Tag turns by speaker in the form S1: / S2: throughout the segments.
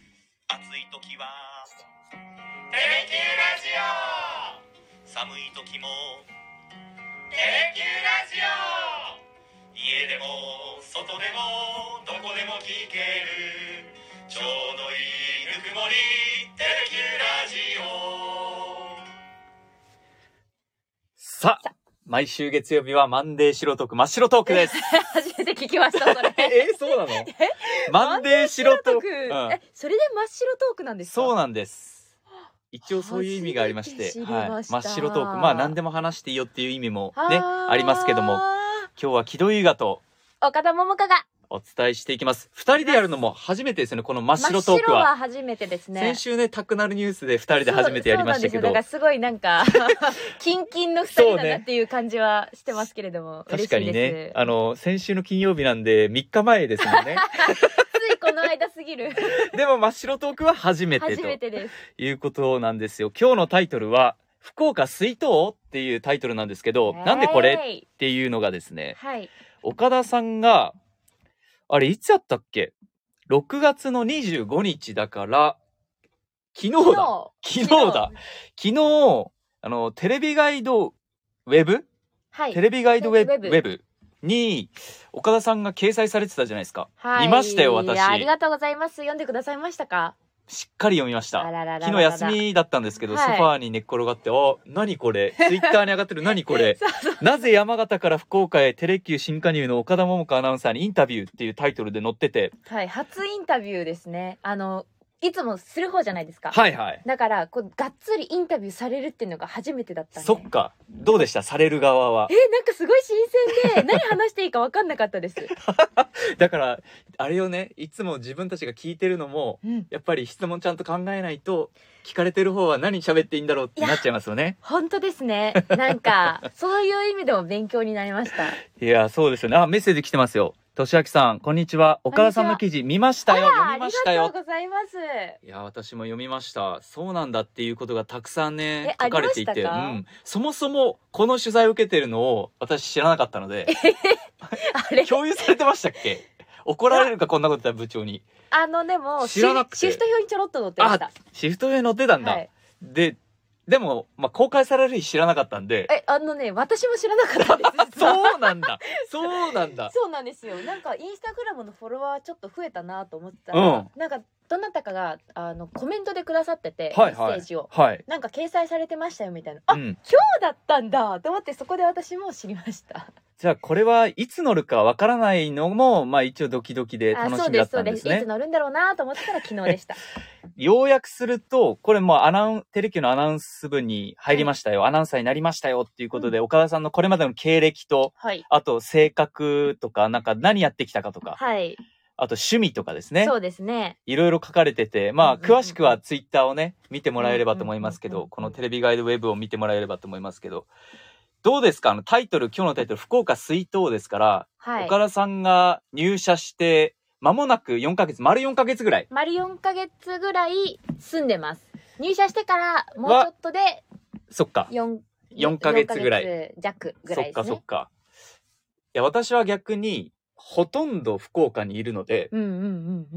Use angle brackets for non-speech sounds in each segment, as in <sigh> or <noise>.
S1: 暑い時はテレキューラジオ寒い時もテレキューラジオ家でも外でもどこでも聞けるちょうどいいぬくもりテレキューラジオ
S2: さあ、毎週月曜日はマンデー白トーク、真っ白トークです。
S3: <laughs> 初めて聞きました、それ。
S2: <laughs> え、そうなのマンデー白トーク。
S3: 白トーク
S2: うん
S3: え、それで真っ白トークなんですか
S2: そう
S3: な
S2: なんです。一応そういう意味がありまして、
S3: 初めて知り
S2: はい
S3: ました
S2: 真っ白トーク。まあ何でも話していいよっていう意味もね、
S3: あー
S2: ありますけども、。今日は木戸優雅と
S3: 岡田桃香が。
S2: お伝えしていきます。二人でやるのも初めてですよね、この真っ
S3: 真
S2: 白
S3: っ白
S2: トークは。
S3: は初めてですね。
S2: 先週ね、タクナルニュースで二人で初めてやりましたけ
S3: そう
S2: ど
S3: なん、ですよだからすごいなんか、 <laughs> キンキンの二人だなっていう感じはしてますけれども、嬉
S2: 確
S3: し
S2: か
S3: い
S2: に
S3: で
S2: ね
S3: す、。
S2: あの、先週の金曜日なんで3日前です
S3: <laughs>
S2: もんね。
S3: ついこの間す
S2: <laughs>
S3: ぎる。
S2: でも真っ白トークは初めて
S3: 初
S2: と。
S3: めてです。
S2: いうことなんですよ。今日のタイトルは、福岡水筒っていうタイトルなんですけど、なんでこれ
S3: れ
S2: っていうのがですね、
S3: はい。
S2: 岡田さんが、あれいつやったっけ ?6 月の25日だから、昨日だ。昨日だ。昨日、あの、テレビガイドウェブ、
S3: はい。
S2: テレビガイドウェブ
S3: ウェブ
S2: ウェブに、岡田さんが掲載されてたじゃないですか。
S3: はい。
S2: 見ましたよ私
S3: いやありがとうございます。読んでくださいましたか
S2: しっかり読みました。
S3: あららららら
S2: 昨日休みだったんですけど、
S3: は
S2: ソ
S3: い
S2: ファーに寝っ転がって、あ、何こ
S3: <laughs>
S2: れツイッターに上がってる何これ
S3: そうそう
S2: なぜ山形から福岡へテレキュー新加入の岡田桃子アナウンサーにインタビューっていうタイトルで載ってて、
S3: はい。初インタビューですね。あの、いつもする方じゃないですか。
S2: はいはい。
S3: だから、こう、がっつりインタビューされるっていうのが初めてだったんで。
S2: そっか。どうでしたされる側は
S3: え。なんかすごい新鮮で <laughs> 何話していいか分かんなかったです。
S2: だから、あれをね、いつも自分たちが聞いてるのも、
S3: うん、
S2: やっぱり質問ちゃんと考えないと、聞かれてる方は何喋っていいんだろうってなっちゃいますよね。
S3: 本当ですね。なんかそういう意味でも勉強になりました。
S2: いや、そうですよね。あ、メッセージ来てますよ。としあきさん、こんにちは。岡田さんの記事見ましたよ。読みました
S3: あ
S2: よ
S3: りがと。うございます。
S2: いや私も読みましたそうなんだっていうことがたくさんね
S3: え
S2: 書かれてい
S3: あり
S2: て、う
S3: ましたか
S2: ん、そもそもこの取材を受けてるのを私知らなかったの
S3: <laughs>
S2: で
S3: あれ
S2: 共有されてましたっけ怒られるかこんなこと言ったら部長に
S3: あのでも
S2: 知らなくて
S3: シフシフト表にちょろっと載ってました。
S2: シフト上に乗ってたんだ、
S3: はい、
S2: ででも、まあ、公開される日知らなかったんで
S3: えあのね私も知らなかったんです実
S2: <laughs>
S3: は。
S2: そうなんだそうなん
S3: <laughs>
S2: だ
S3: そうなんですよなんかインスタグラムのフォロワーちょっと増えたなと思ってたら、なんかどなたかがあのコメントでくださってて、
S2: はい
S3: メ
S2: は
S3: ッ
S2: い
S3: セージを
S2: はい、
S3: なんか掲載されてましたよみたいな、
S2: う
S3: あ
S2: ん、
S3: そうだったんだと思ってそこで私も知りました。
S2: じゃあこれはいつ乗るかわからないのも、まあ、一応ドキドキで
S3: あ
S2: 楽
S3: そ
S2: し
S3: う
S2: みだ
S3: で
S2: っ
S3: すそ
S2: た
S3: うんで
S2: ですすね
S3: いつ乗るんだろうなと思ってたら昨日
S2: <laughs>
S3: でした。
S2: 要約すると、これもうアナウン、テレキューのアナウンス部に入りましたよ、アナウンサーになりましたよっていうことで、岡田さんのこれまでの経歴と、
S3: はい。
S2: あと性格とか、なんか何やってきたかとか、
S3: はい。
S2: あと趣味とかですね
S3: そ、うですね。
S2: いろいろ書かれてて、ま
S3: う
S2: あ、
S3: んうんうん
S2: 詳しくはツイッターをね、見てもらえればと思いますけ
S3: うんうんう
S2: ど、
S3: ん
S2: このテレビガイドウェブを見てもらえればと思いますけど、どうですかあのタイトル、今日のタイトル、福岡水筒ですから、
S3: はい。
S2: 岡田さんが入社して、間もなく4ヶ月、丸4ヶ月ぐらい。
S3: 丸4ヶ月ぐらい住んでます。入社してからもうちょっとで
S2: そっか。
S3: 4、
S2: 4ヶ月ぐらい。
S3: 4ヶ月弱ぐらいです
S2: そ
S3: ね。
S2: っかそっかいや私は逆にほとんど福岡にいるので、
S3: うんうんうんうんう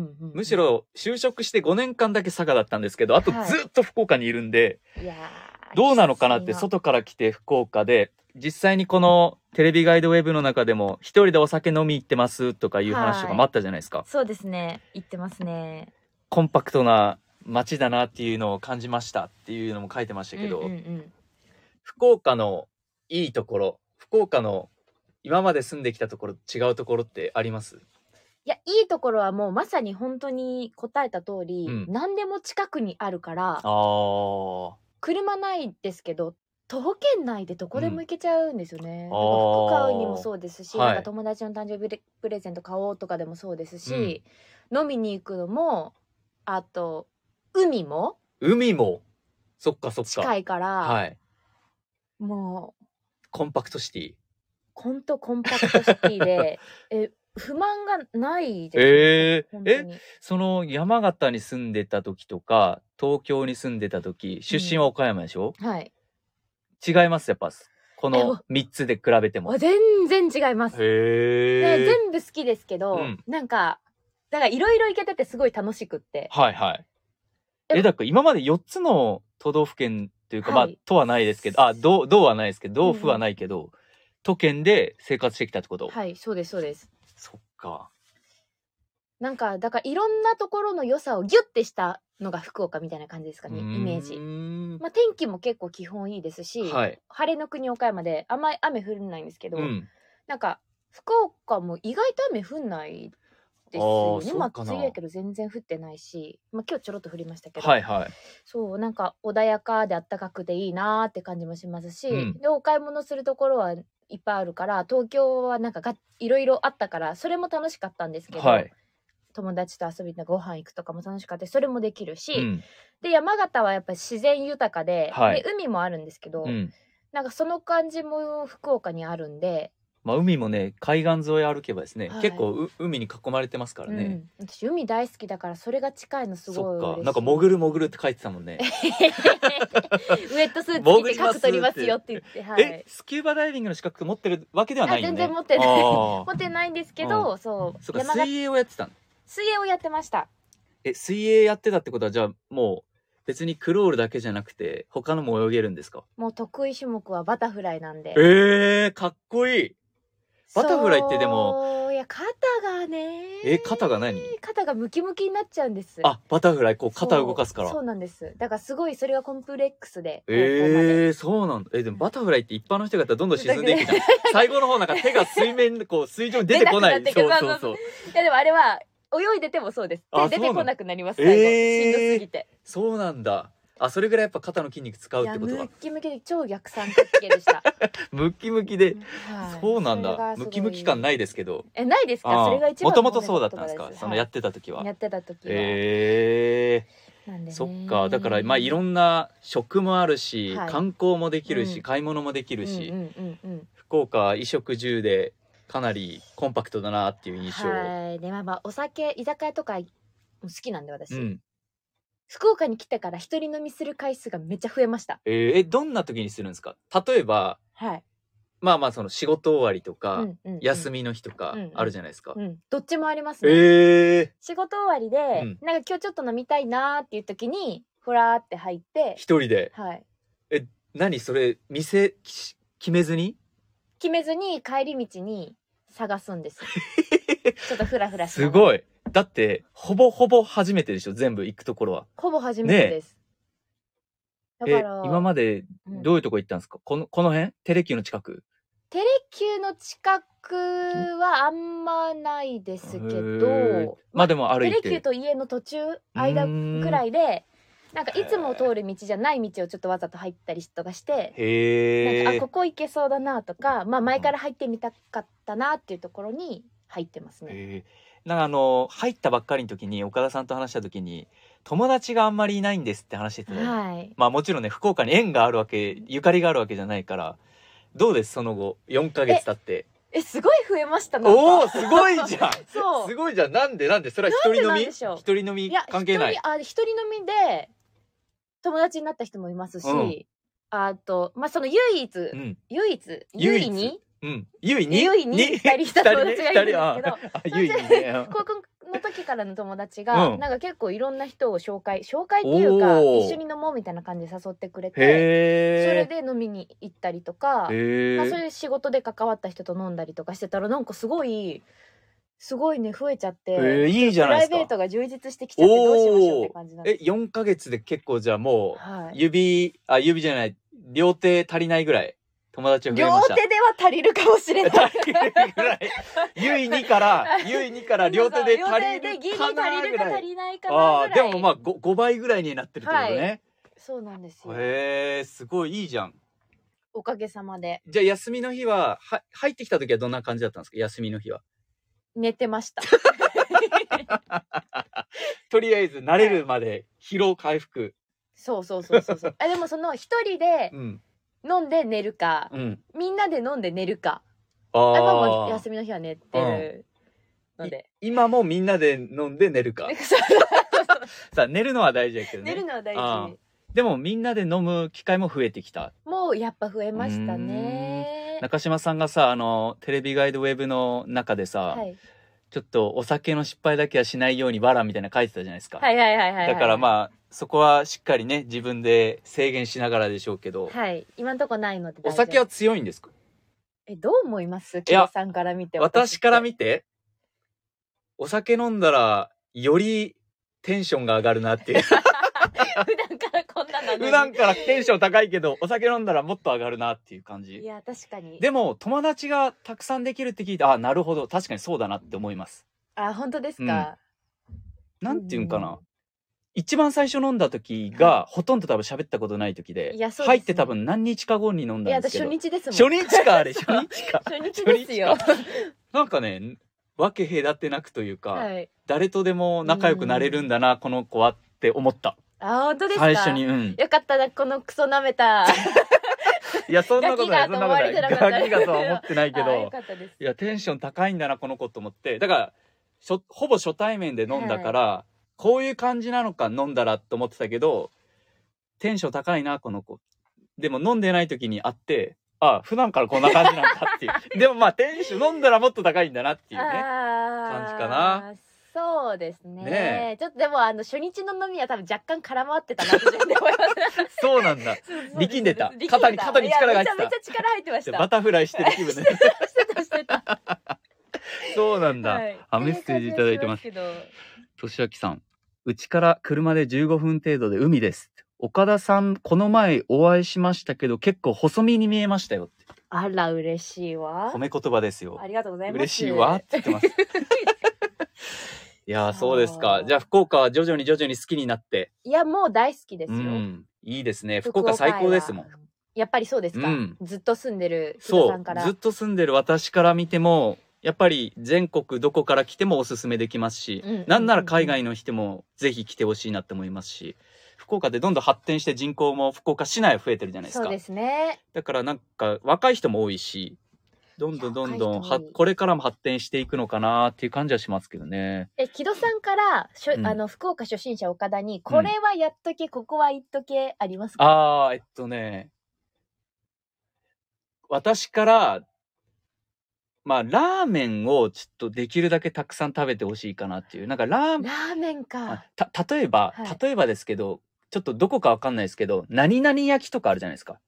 S3: ん。
S2: むし。ろ就職して5年間だけ佐賀だったんですけどあと
S3: はい
S2: ずっと福岡にいるんで、
S3: いやー
S2: どうなのかなって
S3: きつい
S2: 外から来て福岡で実際にこのテレビガイドウェブの中でも一人でお酒飲み行ってますとかいう話とかもあったじゃないですか、
S3: そうですね。行ってますね。
S2: コンパクトな街だなっていうのを感じましたっていうのも書いてましたけど、
S3: うんうんうん
S2: 福岡のいいところ福岡の今まで住んできたところと違うところってあります
S3: いや、いいところはもうまさに本当に答えた通り、
S2: うん
S3: 何でも近くにあるから、
S2: あ
S3: 車ないですけど徒歩圏内でどこでも行けちゃうんですよね。なん
S2: あ
S3: か
S2: ー
S3: 服買うにもそうですし、
S2: はい
S3: なんか友達の誕生日プレゼント買おうとかでもそうですし、飲みに行くのもあと海も
S2: 海もそっかそっか
S3: 近いから、
S2: はい
S3: もう
S2: コンパクトシティ
S3: ほんとコンパクトシテ
S2: <laughs>
S3: ィでえ不満がないです、
S2: えー
S3: 本当に
S2: その山形に住んでた時とか東京に住んでた時出身は岡山でしょ、
S3: はい
S2: 違いますやっぱこ
S3: え
S2: の
S3: わ
S2: 3つで比べても
S3: あ
S2: へ
S3: 全然違います、で
S2: え
S3: 全部好きですけど、
S2: うん
S3: なんかだからいろいろ行けててすごい楽しくって
S2: はいはい
S3: でも
S2: えだから今まで4つの都道府県というか、
S3: はい
S2: まあ都はないですけどあ道道はないですけど道府はないけど、都県で生活してきたってこと、
S3: はいそうですそうです
S2: そっか
S3: なんかだからいろんなところの良さをギュッてしたのが福岡みたいな感じですかねイメー
S2: う
S3: ジ
S2: ーん
S3: まあ天気も結構基本いいですし、
S2: はい、
S3: 晴れの国岡山であんまり雨降らないんですけど、
S2: うん、
S3: なんか福岡も意外と雨降んないです
S2: あ
S3: よ
S2: ーそ
S3: ね
S2: う
S3: まあ
S2: か
S3: 梅
S2: な
S3: 雨やけど全然降ってないし、まあ、今日ちょろっと降りましたけど、
S2: はいはい
S3: そうなんか穏やかであったかくていいなーって感じもしますし、
S2: うん
S3: でお買い物するところはいっぱいあるから東京はなんかがいろいろあったからそれも楽しかったんですけど、
S2: はい、
S3: 友達と遊びにご飯行くとかも楽しかったしそれもできるし、
S2: うん
S3: で山形はやっぱ自然豊かで,、
S2: はい
S3: で海もあるんですけど、
S2: うん、
S3: なんかその感じも福岡にあるんで、
S2: まあ海もね海岸沿い歩けばですね、
S3: はい
S2: 結構う海に囲まれてますからね、
S3: うん、私海大好きだからそれが近いのすご
S2: そ
S3: い
S2: っ
S3: 嬉し
S2: か
S3: い
S2: なんか潜る潜るって書いてたもんね、
S3: <laughs> ウエットスーツ着
S2: 潜
S3: て
S2: ります
S3: 角取りますよって言って <laughs> はい
S2: えスキューバダイビングの資格持ってるわけではないよね
S3: あ全然持ってない
S2: あー
S3: 持 <laughs> ってないんですけど、そう
S2: そっか
S3: 山形
S2: 水泳をやってたの
S3: 水泳をやってました
S2: え水泳やってたってことはじゃあもう別にクロールだけじゃなくて他のも泳げるんですか
S3: もう得意種目はバタフライなんで
S2: ええー、かっこいいバタフライってで
S3: そういや肩がね
S2: え肩が何
S3: 肩がムキムキになっちゃうんです
S2: あバタフライこう肩
S3: そう
S2: 動かすから
S3: そうなんですだからすごいそれがコンプレックスで
S2: ええー、そうなんだえでもバタフライって一般の人がやったらどんどん沈んでいくじゃ
S3: <laughs>
S2: ん最後の方なんか手が水面でこう水上に出てこない
S3: 出な
S2: そ
S3: く
S2: う
S3: なってく
S2: そうそう
S3: 高校までいやでもあれは泳いでてもそうです
S2: あ
S3: 手出
S2: そうな
S3: て
S2: の
S3: こなくなります最後、
S2: えー
S3: しんどすぎて
S2: そうなんだあそれぐらいやっぱ肩の筋肉使う
S3: い
S2: っ
S3: や
S2: てこと
S3: ム
S2: は
S3: ッキムキで超逆三角形
S2: <laughs>
S3: でした、
S2: ムキムキで
S3: はい
S2: そうなん
S3: それが
S2: だ
S3: すごい
S2: ムキムキ感ないですけど
S3: えないですかそれが一番
S2: もともとそうだったんですか
S3: はい
S2: そのやってた時は
S3: やってた時は、
S2: え
S3: なん
S2: え
S3: でね
S2: そっかだからまあいろんな食もあるし、
S3: はい
S2: 観光もできるし、
S3: うん
S2: 買い物もできるし、
S3: うんうんうんうん
S2: 福岡衣食住でかなりコンパクトだなっていう印象、
S3: はいでまあまあお酒居酒屋とかも好きなんで私、
S2: うん
S3: 福岡に来てから一人飲みする回数がめっちゃ増えました
S2: えーえどんな時にするんですか例えば
S3: はい、
S2: まあまあその仕事終わりとか、
S3: うんうんうん
S2: 休みの日とか
S3: うん
S2: あるじゃないですか、
S3: うんどっちもあります
S2: え
S3: ね、
S2: え
S3: 仕事終わりで、
S2: うん
S3: なんか今日ちょっと飲みたいなーっていう時にふらーって入って
S2: 一人で
S3: はい
S2: 何それ店き決めずに
S3: 決めずに帰り道に探すんです
S2: <laughs>
S3: ちょっとフラフラして
S2: すご
S3: い
S2: いだってほぼほぼ初めてでしょ全部行くところは
S3: ほぼ初めてです、だ
S2: え
S3: から
S2: 今まで
S3: うん
S2: どういうとこ行ったんですか、このこの辺テレキューの近く
S3: テレキューの近くはあんまないですけ
S2: へー
S3: ど、
S2: まあでも歩いて
S3: テレキューと家の途中間くらいでなんかいつも通る道じゃない道をちょっとわざと入ったりとかして、
S2: へ
S3: なん
S2: え
S3: かあここ行けそうだなとか、まあ、前から入ってみたかったなっていうところに入ってますね。
S2: へーなんかあの入ったばっかりの時に岡田さんと話した時に友達があんまりいないんですって話してて、
S3: はい
S2: まあもちろんね福岡に縁があるわけゆかりがあるわけじゃないからどうですその後4ヶ月経って
S3: えすごい増えましたなんか
S2: おおーすごいじゃん
S3: そう
S2: すごいじゃんなんでなんでそれは一人飲
S3: なんでな
S2: み
S3: んでしょう
S2: 一人飲み
S3: いや
S2: 関係ない
S3: 一人あ一人飲みで友達になった人もいますし、
S2: うん
S3: あとまあその唯一
S2: うん
S3: 唯一
S2: 唯
S3: 唯
S2: 一
S3: 一に
S2: うんゆいに
S3: ゆいに二人いた友達がいるんですけど
S2: ああゆいに
S3: それ
S2: ね
S3: 高校の時からの友達が、
S2: <laughs> うん
S3: なんか結構いろんな人を紹介紹介っていうか
S2: おー
S3: 一緒に飲もうみたいな感じで誘ってくれてそれ
S2: へ
S3: で飲みに行ったりとか、
S2: え
S3: まあ、そういう仕事で関わった人と飲んだりとかしてたらなんかすごいすごいね増えちゃって、
S2: えー、いいじ
S3: プ
S2: ゃないで
S3: ライ
S2: す
S3: ベー
S2: か。
S3: トが充実してきちゃってどうしましょうって感じなんで
S2: え、4ヶ月で結構じゃあも
S3: す、は
S2: う、
S3: い、
S2: 指、あ、指じゃない、両手足りないぐらい、友達が増え
S3: 両
S2: ました。
S3: 手では足りるかもしれない
S2: <laughs> 足りないぐらい。ゆい2から、
S3: <laughs>
S2: ゆい2から両手で足り
S3: 両手でギリ
S2: る
S3: 足
S2: かな
S3: り
S2: ぐ
S3: るから足
S2: い。
S3: りないか
S2: あ
S3: な
S2: あ
S3: ぐ
S2: ー、で
S3: らい
S2: もまあ 5, 5倍ぐらいになってるってことね。
S3: そうなんですよ
S2: へえ、すごいいいじゃん。
S3: おかげさまで
S2: じゃあ休みの日は、は入ってきた時はどんな感じだったんですか休みの日は。
S3: 寝てました
S2: <laughs> とりあえず慣れるまで疲労回復。
S3: そうそうそうそうそう。あでもその一人で
S2: うん。
S3: 飲んで寝るか、
S2: うん。
S3: みんなで飲んで寝るか。
S2: あ
S3: あまあも
S2: ー
S3: う休みの日は寝てるので。
S2: 今もみんなで飲んで寝
S3: <laughs>
S2: るか。さあ寝るのは大事だけど
S3: 寝
S2: ね
S3: るのは大
S2: あー
S3: 事。
S2: でもみんなで飲む機会も増えてきた
S3: もうやっぱ増えましたね。 <laughs>
S2: 中島さんがさあのテレビガイドウェブの中でさ、
S3: はい。
S2: ちょっとお酒の失敗だけはしないようにわらみたいなの書いてたじゃないですか。
S3: はいはいはいはい、はい、
S2: だからまあ、そこはしっかりね、自分で制限しながらでしょうけど、
S3: はい今んとこないので大丈
S2: お
S3: 夫
S2: 酒は強いんですか
S3: えどう思いますキ
S2: や
S3: ヨさんから見て
S2: 私から
S3: 見
S2: 見て、お酒飲んだら、よりテンションが上がるなっていう。
S3: <laughs> 普段からこんなの
S2: 普段からテンション高いけど、お酒飲んだらもっと上がるなっていう感
S3: い
S2: じ。
S3: や確かに
S2: でも、友達がたくさんできるって聞いて、あ、なるほど、確かにそうだなって思います。
S3: あ本当ですか、
S2: なんていうんかな。
S3: うん
S2: 一番最初飲んだ時が、ほとんど多分喋ったことない時で、
S3: いやそうですね
S2: 入って多分何日か後に飲ん
S3: い
S2: だ
S3: や
S2: んです
S3: 私
S2: けど。
S3: 初日ですもん
S2: 初日か、あれ、初日か。
S3: 初日 <laughs> ですよ
S2: 初なんか <laughs> ね、分け隔てなくというか、
S3: はい
S2: 誰とでも仲良くなれるんだな、この子はって思った。
S3: あ本当ですか
S2: 最初に、うん。
S3: よかったなこのクソ舐めた
S2: いや、そんなことない、
S3: ガキ
S2: そんなことない。
S3: がと思われてなかった
S2: ガキがとは思ってないけ
S3: <laughs> あよ
S2: ど、
S3: かったです
S2: いや、テンション高いんだな、この子と思って。だから、しょほぼ初対面で飲んだから、こういう感じなのか飲んだらと思ってたけど、テンション高いな、この子。でも飲んでない時に会って、あ普段からこんな感じなんだって
S3: <laughs>
S2: いう。でもまあ、テンション飲んだらもっと高いんだなっていうね。
S3: 感
S2: 感じかな。
S3: そうですね
S2: ね
S3: ちょっとでもあの初日の飲みは多分若干空回ってたなって自分で思います
S2: そうなんだ。
S3: そうで
S2: <laughs>
S3: す
S2: 力んでた
S3: <laughs> そうす
S2: 肩に肩に力が入ってた
S3: いやめちゃめちゃ力入ってまし
S2: で
S3: た
S2: バタフライしてる気分
S3: <laughs>
S2: で。
S3: してたして <laughs> た
S2: そうなんだ。
S3: はい
S2: あ、メッセージいただいてます。
S3: ってう感じはします
S2: としあきさん。うちから車で15分程度で海です。岡田さん、この前お会いしましたけど、結構細身に見えましたよって。
S3: けどあら嬉しいわ
S2: 褒め言葉ですよ
S3: あ。りがとうございます
S2: 嬉しいわって言ってます。いや
S3: <laughs>
S2: ー、そうですか。じゃあ、福岡は徐々に徐々に好きになって。
S3: いやもう大好きです
S2: う
S3: よ、
S2: ん。いいですね。
S3: 福
S2: 福
S3: 岡
S2: 岡
S3: は
S2: 最高ですもん。
S3: やっぱりそうですか、
S2: うん
S3: ずっと住んでる木戸
S2: そ
S3: さん
S2: う
S3: から。
S2: ずっと住んでる私から見ても、やっぱり全国どこから来てもおすすめできますし、
S3: うん
S2: なんなら海外の人もぜひ来てほしいなって思いますし、福岡でどんどん発展して人口も福岡市内は増えてるじゃないです
S3: そう
S2: か。
S3: ですね
S2: だからなんか若い人も多いし、どんどんどんどん
S3: いや若い
S2: は
S3: 人多い
S2: これからも発展していくのかなっていう感じはしますけどね。
S3: え木戸さんからしょ、
S2: うん
S3: あの福岡初心者岡田にこれはやっとけ、ここは言っとけありますか
S2: あー、えっとね、私から、まあ、ラーメンをちょっとできるだけたくさん食べてほしいかなっていう。なんかラーメン
S3: ラーメン
S2: あ
S3: か
S2: た例えば、
S3: はい
S2: 例えばですけどちょっとどこかわかんないですけど何々焼きとかあるじゃないですか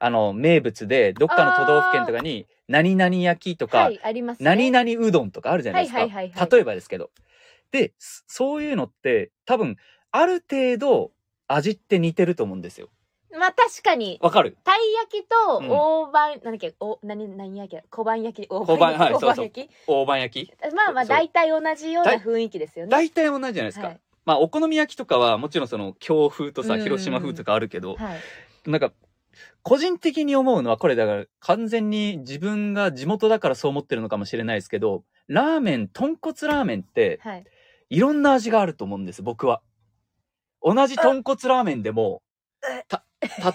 S2: あの名物でどっかの都道府県とかに何々焼きとか、
S3: はいあります
S2: 何
S3: ね
S2: 々うどんとかあるじゃないですか、
S3: はいはいはいはい
S2: 例えばですけどでそそういうのって多分ある程度味って似てると思うんですよ
S3: まあ確かに
S2: わかる
S3: たい焼きと
S2: うん
S3: 大判、なんだっけお何何焼きだ小判焼き大
S2: 小判はい
S3: 大
S2: そう
S3: 判
S2: そう
S3: 焼き
S2: 大判焼き
S3: まあまあ
S2: そう
S3: 大体同じような
S2: 大
S3: 雰囲気ですよね
S2: 大体同じじゃないですか、
S3: はい
S2: まあお好み焼きとかはもちろんその京風と
S3: う
S2: さ
S3: ん
S2: 広島風とかあるけど、
S3: はい、
S2: なんか、個人的に思うのは、これだから完全に自分が地元だからそう思ってるのかもしれないですけど、ラーメン、豚骨ラーメンって、
S3: はい、
S2: いろんな味があると思うんです、僕は。同じ豚骨ラーメンでも、
S3: <laughs>
S2: た、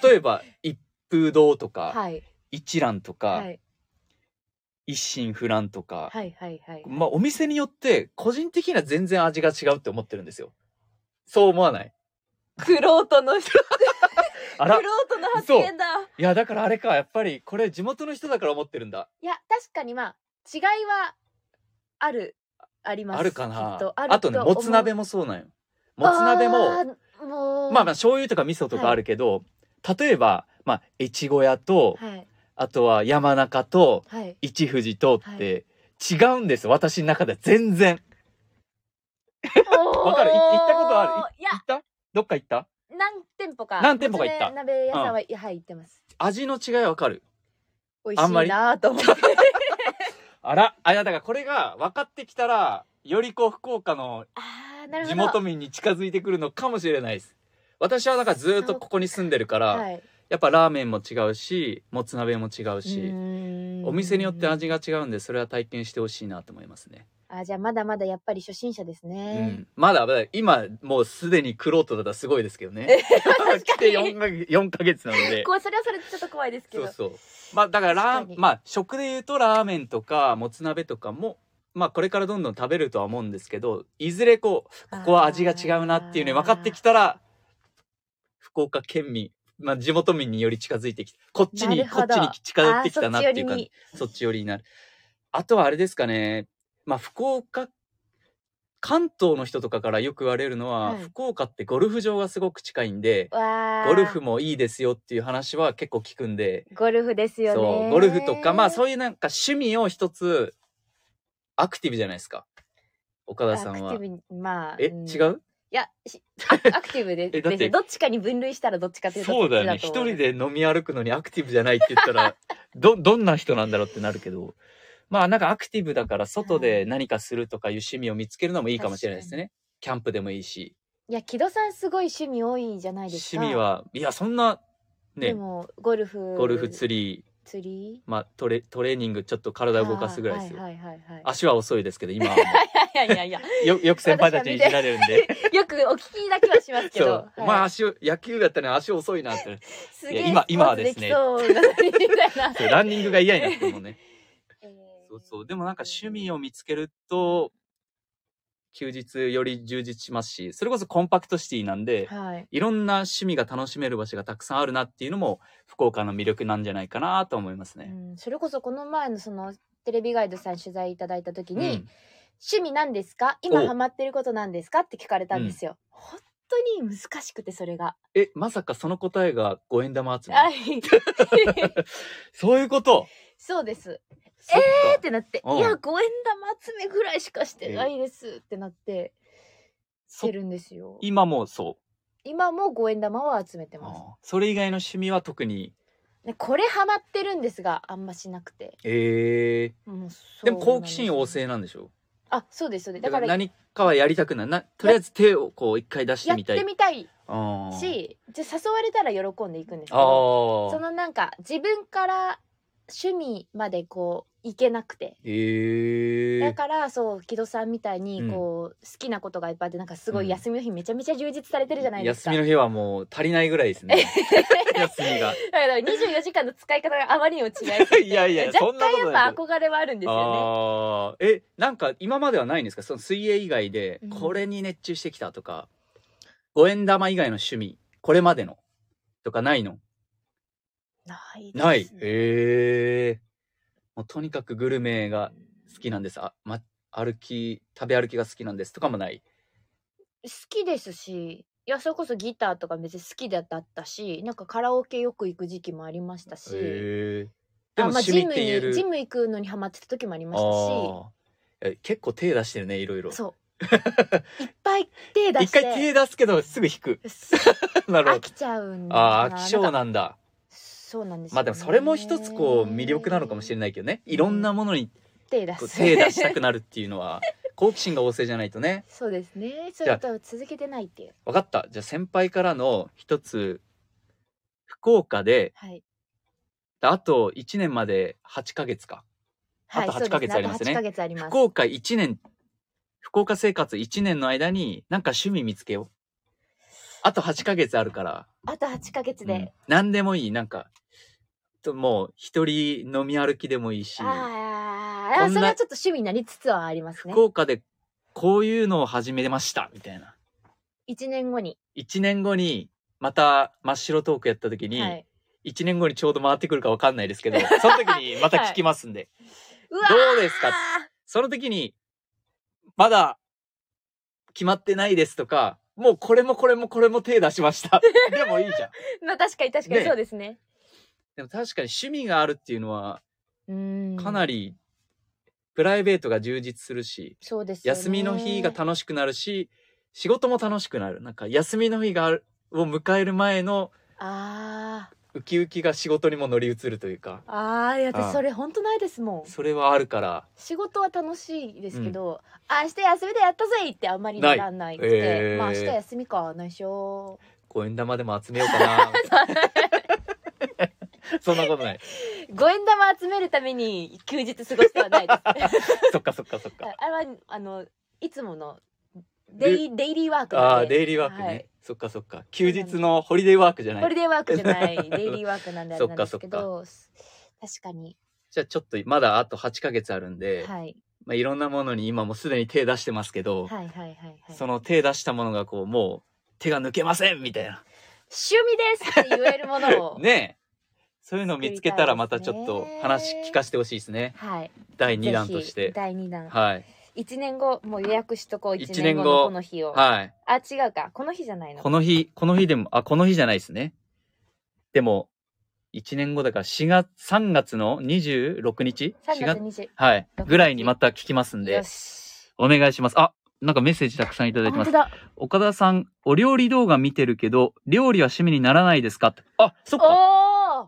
S2: 例えば、一風堂とか、
S3: はい
S2: 一蘭と
S3: は
S2: か、
S3: い
S2: 一心不乱とか、
S3: はいはいはい
S2: まあお店によって、個人的には全然味が違うって思ってるんですよ。そう思わない
S3: くろうとの人く
S2: あ
S3: ろ
S2: ら
S3: う
S2: い
S3: との発言だ
S2: や、だからあれか、やっぱり、これ地元の人だから思ってるんだ。
S3: いや確かにまあ違いはあるあります
S2: あるかな
S3: きっと
S2: あ
S3: ある
S2: とね
S3: 思う
S2: もつ鍋もそうなんよもつ鍋も
S3: あーもう
S2: まあまあ醤油とか味噌とかあるけど、例えばまあ越後屋と、
S3: はい
S2: あとは山中と
S3: はい
S2: 一富士とって違うんです、私の中では全然
S3: わ
S2: <laughs> わかるい行ったことあ
S3: るいや
S2: 行ったどっか行った
S3: 何店舗か
S2: 何店舗か行った
S3: もつ鍋屋さんは、いやはい行ってます
S2: 味の違いわかる
S3: 美味
S2: あ
S3: し
S2: ん
S3: い
S2: まり
S3: なぁと思って
S2: あらあいやだからこれが分かってきたらよりこう福岡の
S3: <laughs> あーなるほど
S2: 地元民に近づいてくるのかもしれないです私はだからずーっとここに住んでるから、
S3: はい
S2: やっぱラーメンも違うしもつ鍋も違うし、お
S3: お
S2: 店によって味が違うんでそれは体験してほしいなと思いますね、
S3: あじゃあまだまだやっぱり初心者です
S2: う
S3: ね、
S2: ん、まだまだ今もうすでにクロートだったらすごいですけど
S3: <laughs>
S2: ね来て4か月4ヶ月なので
S3: こうそれはそれでちょっと怖いですけ
S2: そ
S3: ど
S2: うそうまあだからラー
S3: 確かに
S2: まあ食で言うとラーメンとかもつ鍋とかもまあこれからどんどん食べるとは思うんですけどいずれこうここは味が違うなっていうのに分かってきたら福岡県民まあ地元民により近づいてきたこっち
S3: な
S2: に
S3: る
S2: こ
S3: ほ
S2: っ
S3: ど
S2: ちに近寄ってきたなっていう感じ
S3: あーそ
S2: そ
S3: っち寄りに
S2: っち寄りになる。あとはあれですかね。まあ福岡関東の人とかからよく言われるのは、
S3: はい
S2: 福岡ってゴルフ場がすごく近いんで
S3: わあ
S2: ゴルフもいいですよっていう話は結構聞くんで、
S3: ゴルフですよね
S2: そうゴルフとかまあそういうなんか趣味を一つアクティブじゃないですか岡田さん
S3: ア
S2: は
S3: クティブにまあ
S2: え
S3: うん
S2: 違
S3: いうやし <laughs> アクアクティブで
S2: えだって
S3: ですよどっちかに分類したらどっちかというと
S2: そうだよね
S3: そ
S2: 一
S3: っちと思
S2: 人で飲み歩くのにアクティブじゃないって言った
S3: <laughs>
S2: らどどんな人なんだろうってなるけどまあなんかアクティブだから外で何かするとかいう趣味を見つけるのもいいかもしれないですねキャンプでもいいし
S3: いや木戸さんすごい趣味多いじゃないです
S2: 趣
S3: か
S2: 味はいやそんな
S3: で
S2: ね
S3: もゴルフ
S2: ゴルフ釣り、
S3: 釣り
S2: まあ、トレトレーニングちょっと体動かすぐらいですよ、
S3: あーはいはいはいはい <laughs>
S2: 足は遅いですけど今はも
S3: いやいやいや
S2: うよよく先輩たちにいじられるんで
S3: よくお聞きだけはしますけ
S2: そ
S3: ど、
S2: う、
S3: はい
S2: まあ足 <laughs> を野球やったら足遅いなって
S3: す
S2: いや今今はですね
S3: スポーツできそうなみたいな
S2: <laughs> そうランニングが嫌になってもね
S3: <laughs> えー
S2: そうそう。でもなんか趣味を見つけると、休日より充実しますし、それこそコンパクトシティなんで、
S3: はい
S2: いろんな趣味が楽しめる場所がたくさんあるなっていうのも、福岡の魅力なんじゃないかなと思います
S3: う
S2: ね。
S3: ん、それこそこの前のそのテレビガイドさん取材いただいた時に、
S2: うん
S3: 趣味なんですか今
S2: お
S3: ハマってることなんですかって聞かれたんですよ、本当に難しくてそれが
S2: え、まさかその答えが五円玉集め
S3: はい <laughs>
S2: そういうこと
S3: そうです
S2: え
S3: えーってなって「
S2: うん
S3: いや五円玉集めぐらいしかしてないです」ってなってしてるんですよ
S2: 今もそう。
S3: 今も五円玉は集めてます
S2: あーそれ以外の趣味は特に、
S3: でこれハマってるんですがあんましなくて
S2: ええ
S3: もう
S2: でも好奇心旺盛
S3: な
S2: なんでしょ
S3: あそうですそうです
S2: だ
S3: だ
S2: か
S3: からら
S2: 何かはやりたくない。なとりあえず手をこう一回出して
S3: やっ
S2: みたい。
S3: てみたい
S2: あー
S3: しじゃあ誘われたら喜んでいくんですけ
S2: あ
S3: ど
S2: ー。
S3: そのなんか自分から趣味までこういけなくて
S2: へえ
S3: だからそう木戸さんみたいに
S2: うん
S3: こう、好きなことがいっぱいあってなんかすご
S2: うん
S3: い休みの日めちゃめちゃ充実されてるじゃないです
S2: 休
S3: か、
S2: みの日はもう足りないぐらいですね
S3: <laughs>
S2: 休みが
S3: だから24時間の使い方があまりにも違いすぎて
S2: <laughs> いやいやそ
S3: 若
S2: んなこと
S3: 干
S2: ない
S3: やっぱ憧れはあるんですよね
S2: あーえなんか今まではないんですかその水泳以外で
S3: うん
S2: これに熱中してきたとか、五円玉以外の趣味これまでのとかないの
S3: ないですね
S2: ないへえもうとにかくグルメが好きなんですあ、ま、歩き食べ歩きが好きなんですとかもない
S3: 好きですしいやそれこそギターとか別に好きだったしなんかカラオケよく行く時期もありましたし、
S2: へえ
S3: あ
S2: でも
S3: まあ
S2: 趣味
S3: ジ
S2: っ
S3: ム
S2: て言える
S3: にジム行くのにハマってた時もありましたし
S2: あーえ結構手出してるねいろいろ
S3: そう
S2: <laughs>
S3: いっぱい手出
S2: 一
S3: して
S2: 回手出すけどすぐ引く <laughs> なるほ
S3: 飽
S2: ど
S3: きちゃうんだ
S2: ああー飽き性
S3: んか
S2: なんだ
S3: そうなんですよ、ね、
S2: まあでもそれも一つこう魅力なのかもしれ
S3: ない
S2: ないけどねいろんなものに
S3: 手出
S2: こう
S3: す
S2: 手出したく
S3: い
S2: なるっていうのは好奇心が旺盛じゃないとね
S3: <laughs> そうですねそ
S2: じゃ
S3: れ
S2: あ
S3: とは続けてないっていう
S2: 分かったじゃあ先輩からの一つ福岡で
S3: はい
S2: あと1年まで8ヶ月か
S3: はい
S2: あと8ヶ月ありますね
S3: そうであと8ヶ月あります
S2: 福岡1年福岡生活1年の間になんか趣味見つけようあと8ヶ月あるから
S3: あと8ヶ月
S2: うん
S3: で、、
S2: 何でもいいなんかともう一人飲み歩きでもいいし
S3: あ
S2: こん
S3: あ
S2: な
S3: それはちょっと趣味になりつつはありますね
S2: 福岡でこういうのを始めましたみたいな
S3: 1年後に、
S2: 1年後にまた真っ白トークやった時に、
S3: はい、
S2: 1年後にちょうど回ってくるかわかんないですけ
S3: <laughs>
S2: どその時にまた聞きますんで、
S3: うわー
S2: どうですかその時にまだ決まってないですとかもうこれもこれもこれも手出しました
S3: <laughs>
S2: でもいいじゃん
S3: まあ確かに確かに
S2: ね
S3: そうですね。
S2: でも確かに趣味があるっていうのは
S3: うん
S2: かな
S3: り
S2: りプライベートが充実するし、
S3: そうですよね
S2: 休みの日が楽しくなるし仕事も楽しくなるなんか休みの日があるを迎える前の
S3: あー
S2: ウキウキが仕事にも乗り移るというか
S3: あーいや
S2: あー
S3: 私それ本当ないですもん
S2: それはあるから
S3: 仕事は楽しいですけど、明日休みでやったぜってあんまりならないくて
S2: ないえー
S3: まあ明日休みか内緒
S2: 五円玉でも集めようかな
S3: <laughs>
S2: そんなことない
S3: 五円玉集めるために休日過ごして
S2: <laughs>
S3: はないです
S2: そっかそっかそっか
S3: あれはあのいつものデイデイリーワーク
S2: あ
S3: な
S2: あ
S3: んで
S2: デイリーワークね、
S3: はい
S2: そっかそっか休日のホリデーワークじゃ
S3: ホ
S2: な
S3: リ
S2: い
S3: デーワークじゃない
S2: <laughs>
S3: デイリーワークなんであれなんですけど確かに
S2: じゃあちょっとまだあと8ヶ月あるんで、い
S3: はい
S2: まあ、いろんなものに今もうすでに手出してますけど、
S3: はいはいはいはい
S2: その手出したものがこうもう手が抜けませんみたいな
S3: 趣味ですって言えるものを
S2: <laughs> ねえそういうのを見つけたらまたちょっと話聞かせてほしいですね。
S3: はい
S2: 第2弾
S3: ぜ
S2: と
S3: ひ
S2: して。
S3: 第2弾、
S2: はい。
S3: 一1年後もう予約しとこう1
S2: 一
S3: 年
S2: 年
S3: 後
S2: 後
S3: のこの日を、
S2: はい。
S3: あ違うかこの日じゃないの
S2: この日、この日でも、あ、この日じゃないですね。でも、1年後だから4月、3月の26日
S3: 3
S2: 4
S3: 月
S2: 月
S3: 20
S2: はい
S3: 26。
S2: ぐらいにまた聞きますん
S3: 日
S2: で
S3: よ、し
S2: お願いします。あ、なんかメッセージたくさんいただい
S3: あ
S2: てま
S3: 本
S2: す
S3: 当。だ
S2: 岡田さん、お料理動画見てるけど、料理は趣味にならないですかってあ、そっか。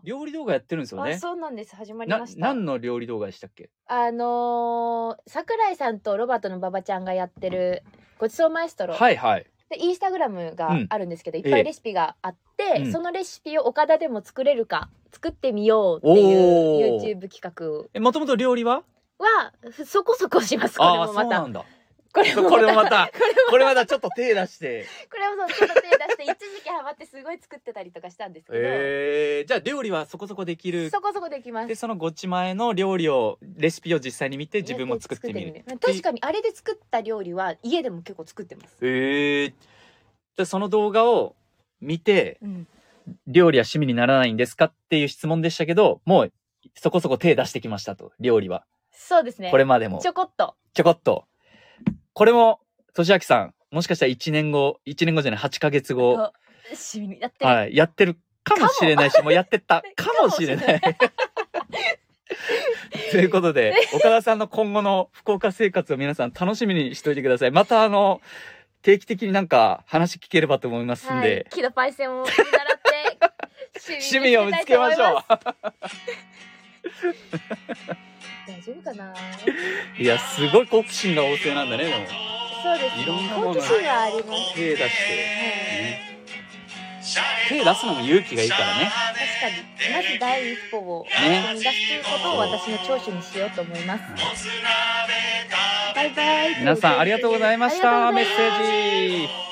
S3: お
S2: 料理動画やってるんですよ
S3: ーあ
S2: ね。
S3: そうなんです始まり
S2: な
S3: ま、した
S2: 何の料理動画でしたっけ
S3: あのー、桜井さんとロバートの馬場ちゃんがやってるごちそうマエストロ、
S2: はいはい。
S3: でインスタグラムがあるんですけど、いっぱ
S2: え
S3: い
S2: え
S3: レシピがあって、
S2: うん
S3: そのレシピを岡田でも作れるか作ってみようっていう
S2: おー
S3: YouTube 企画
S2: え、もともと料理は
S3: はそこそこしますこれ
S2: ああー、
S3: も
S2: そ
S3: ま
S2: うな
S3: た
S2: んだ。
S3: <laughs> これ
S2: これもまた
S3: これも
S2: これまだちょっと手出して。
S3: これもそうちょっと手出して一時期ハマってすごい作ってたりとかしたんですけど、
S2: えー、じゃあ料理はそこそこできる。
S3: そこそこできます
S2: で、そのごち前の料理を、レシピを実際に見て自分も作ってみる。
S3: 作ってみ確かにあれで作った料理は家でも結構作ってます、
S2: えー。じゃあその動画を見て、
S3: うん、
S2: 料理は趣味にならないんですかっていう質問でしたけど、もうそこそこ手出してきましたと、料理は。
S3: そうですね
S2: これまでも
S3: ちょこっと
S2: ちょこっと。これも、としあきさん、もしかしたら1年後、1年後じゃない、8ヶ月後、
S3: こう趣味にやってる、
S2: はい、やってるかもしれないし、もうやって
S3: <laughs>
S2: たかもしれない。ということで、岡田さんの今後の福岡生活を皆さん楽しみにしておいてください。またあの、定期的になんか話聞ければと思いますん
S3: はい
S2: で、、
S3: 喜怒パイセンを見習
S2: <laughs>
S3: って
S2: 趣味を見つけましょ
S3: う大丈夫かな
S2: う。いや、すごい好奇心が旺盛なんだね、でも。
S3: そうですね
S2: いろんなもの
S3: 好
S2: が
S3: 奇心はあります
S2: 手出して。
S1: ね
S2: 手出すのも勇気がいいからね。
S3: 確かにまず第一歩を
S2: ね
S3: 踏み出すということを私の長所にしようと思います
S1: もつ鍋食べ
S3: バイバイ
S2: 皆さんありがとうございました。
S3: あり
S2: メ
S3: が
S2: ッ
S3: とうございました
S2: セージ。